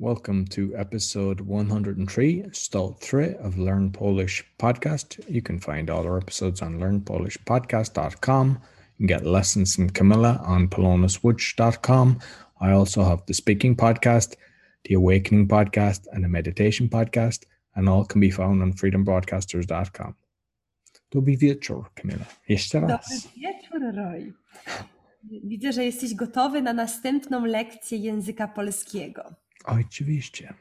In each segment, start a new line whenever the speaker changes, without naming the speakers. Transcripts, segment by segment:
Welcome to episode 103, Stalt 3 of Learn Polish Podcast. You can find all our episodes on learnpolishpodcast.com. You can get lessons from Camilla on polonuswitch.com. I also have the speaking podcast, the awakening podcast, and the meditation podcast, and all can be found on freedombroadcasters.com. Dobry wieczór, Kamila. Jeszcze
Dobry
raz.
wieczór, Roy. Widzę, że jesteś gotowy na następną lekcję języka polskiego.
Oczywiście.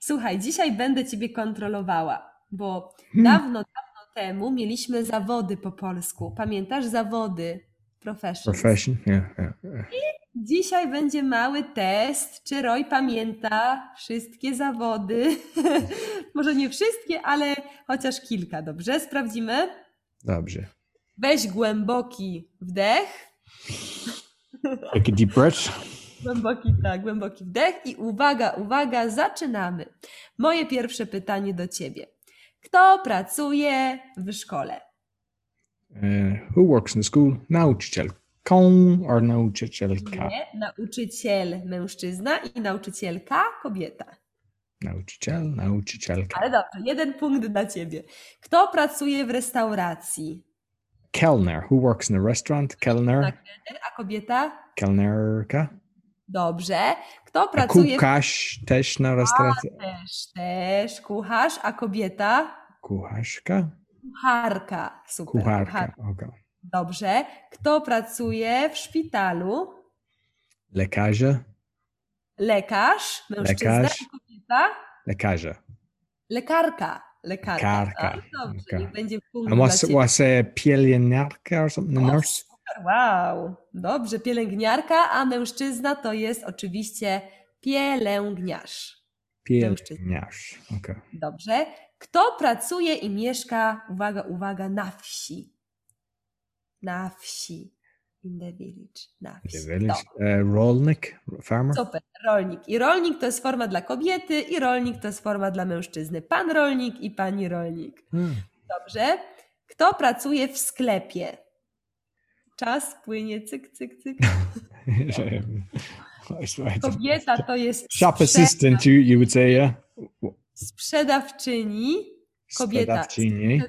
Słuchaj, dzisiaj będę Ciebie kontrolowała, bo
Hmm.
dawno, dawno temu mieliśmy zawody po polsku. Pamiętasz zawody? Professions.
Profession? Yeah, yeah, yeah.
Dzisiaj będzie mały test, czy Roy pamięta wszystkie zawody. Może nie wszystkie, ale chociaż kilka, dobrze? Sprawdzimy.
Dobrze.
Weź głęboki wdech.
Take a deep breath.
Głęboki, tak, głęboki wdech i uwaga, uwaga, zaczynamy. Moje pierwsze pytanie do ciebie. Kto pracuje w szkole?
Uh, who works in school? Nauczycielką or nauczycielka?
Nie, nauczyciel mężczyzna i nauczycielka kobieta.
Nauczyciel, nauczycielka.
Ale dobrze, jeden punkt dla ciebie. Kto pracuje w restauracji?
Kellner. Who works in a restaurant? Kellner.
Tak. A kobieta?
Kellnerka.
Dobrze. Kto
A
pracuje
kucharz też na restauracji.
też, też kucharz, a kobieta?
Kucharka?
Kucharka. Super.
Kucharka.
kuchar-
Okay.
Dobrze. Kto pracuje w szpitalu?
Lekarze.
Lekarz, mężczyzna
Lekarz.
i kobieta,
Lekarze.
lekarka. Lekarka.
Lekarka,
Tak, dobrze,
okej.
niech będzie punkt
And what's,
dla ciebie.
what's a pielęgniarka or something? A
O,
nurse?
Wow, dobrze, pielęgniarka, a mężczyzna to jest oczywiście pielęgniarz.
Pielęgniarz. Okay.
Dobrze. Kto pracuje i mieszka, uwaga, uwaga, na wsi? Na wsi. In the village. Na
The
wsi.
village. Uh, rolnik. Farmer.
Super, rolnik. I rolnik to jest forma dla kobiety, i rolnik to jest forma dla mężczyzny. Pan rolnik i pani rolnik.
Hmm.
Dobrze. Kto pracuje w sklepie? Czas płynie, cyk, cyk, cyk.
That's right.
Kobieta to jest
Shop
sprze-
assistant, you, you would say, yeah?
sprzedawczyni Kobieta.
Sprzedawczyni.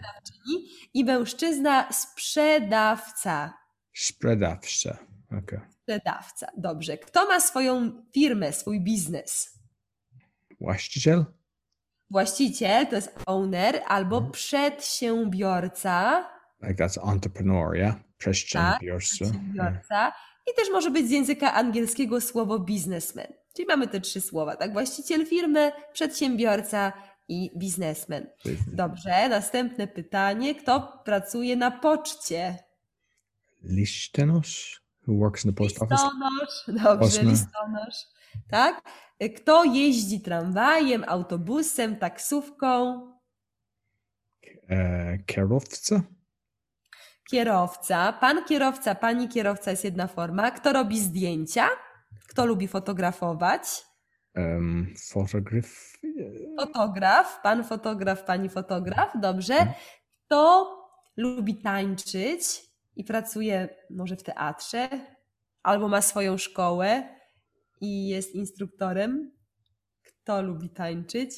i mężczyzna sprzedawca.
Sprzedawca. Okay.
Sprzedawca, dobrze. Kto ma swoją firmę, swój biznes?
Właściciel?
Właściciel to jest owner albo przedsiębiorca.
Like that's entrepreneur, yeah?
Tak,
Przedsiębiorca. Yeah.
przedsiębiorca i też może być z języka angielskiego słowo biznesmen. Czyli mamy te trzy słowa, tak? Właściciel firmy, przedsiębiorca i biznesmen.
Business.
Dobrze, następne pytanie. Kto pracuje na poczcie?
Listenos, who works in the post office.
Listonosz. Dobrze,
Osmy.
listonosz. Tak? Kto jeździ tramwajem, autobusem, taksówką?
Uh, kierowca?
Kierowca. Pan kierowca, pani kierowca jest jedna forma. Kto robi zdjęcia? Kto lubi fotografować?
Um, uh, fotograf?
Fotograf, pan fotograf, pani fotograf, dobrze.
Mhm.
Kto lubi tańczyć i pracuje może w teatrze, albo ma swoją szkołę i jest instruktorem? Kto lubi tańczyć?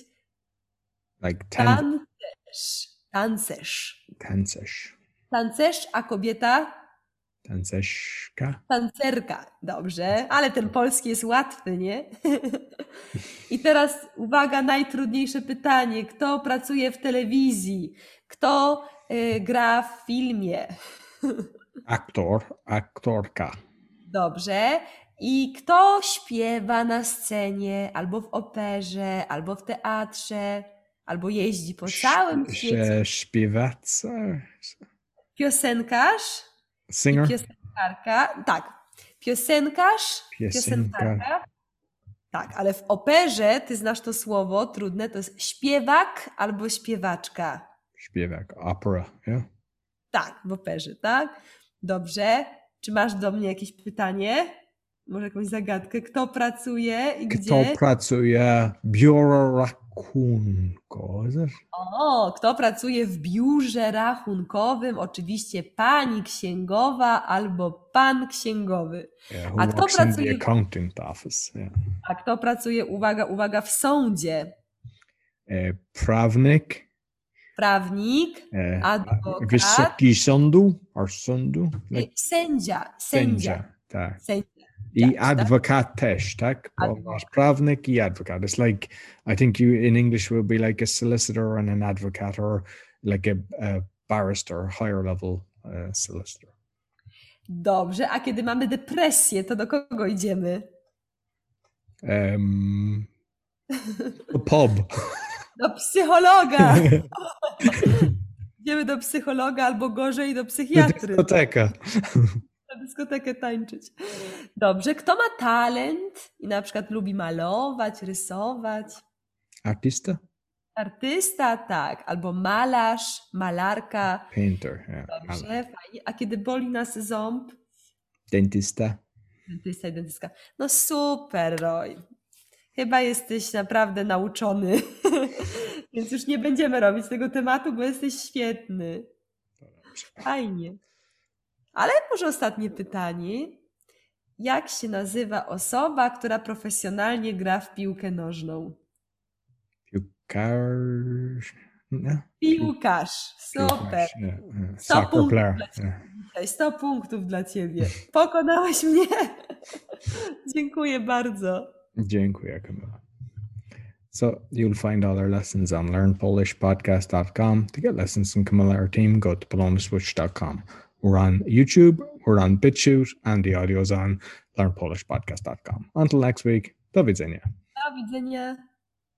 Like ten,
Tancerz. Tancerz.
tancerz.
Tancerz, a kobieta
Tancerzka?
tancerka. Dobrze, ale ten polski jest łatwy, nie? I teraz uwaga, najtrudniejsze pytanie. Kto pracuje w telewizji? Kto y, gra w filmie?
Aktor, aktorka.
Dobrze. I kto śpiewa na scenie, albo w operze, albo w teatrze, albo jeździ po całym
Ś-
świecie?
ś- Śpiewaca?
Piosenkarz?
Singer?
Piosenkarka, tak. Piosenkarz,
Piosenka.
piosenkarka. Tak, ale w operze, ty znasz to słowo, trudne, to jest śpiewak albo śpiewaczka.
Śpiewak, opera, yeah?
Tak, w operze, tak? Dobrze. Czy masz do mnie jakieś pytanie? może jakąś zagadkę, kto pracuje i
Kto
gdzie.
pracuje? Biuro rachunku, is it?
O, kto pracuje w biurze rachunkowym? Oczywiście pani księgowa albo pan księgowy.
Yeah, Eh, who
A kto
works in the
pracuje-
accountant office? Yeah.
A kto pracuje, uwaga, uwaga, w sądzie?
E, Prawnik,
Prawnik,
e,
adwokat
wysoki sądu, or sądu,
i
like
sędzia. Sędzia.
no- sędzia, tak.
Sędzia.
I
tak, tak.
adwokat też, tak? Bo
Adwokat.
masz prawnik i adwokat. It's like, I think you in English will be like a solicitor and an advocate or like a, a barrister, higher level uh, solicitor.
Dobrze, a kiedy mamy depresję, to do kogo idziemy?
Um, a pub.
Do psychologa! Idziemy do psychologa albo gorzej do psychiatry.
Biblioteka.
na dyskotekę tańczyć. Dobrze, kto ma talent i na przykład lubi malować, rysować?
Artista?
Artysta, tak, albo malarz, malarka.
Painter. Yeah. Ah,
Dobrze, fajnie. A kiedy boli nas ząb?
Dentista.
Dentysta i dentystka. No super, Roy. Chyba jesteś naprawdę nauczony. Więc już nie będziemy robić tego tematu, bo jesteś świetny. Fajnie. Ale może ostatnie pytanie. Jak się nazywa osoba, która profesjonalnie gra w piłkę nożną?
Piłkarz. No.
Piłkarz. Super.
Piłkarz, yeah, yeah.
Sto
Soccer
punktów
player.
dla ciebie.
Yeah.
Tutaj 100 punktów dla ciebie. Pokonałeś mnie. Dziękuję bardzo.
Dziękuję, Camilla. So you'll find all our lessons on learnpolishpodcast.com. To get lessons from Camilla or team, go to polonaswitch.com. We're on YouTube, we're on BitChute, and the audio's on learnpolishpodcast.com. Until next week, do widzenia.
Do widzenia.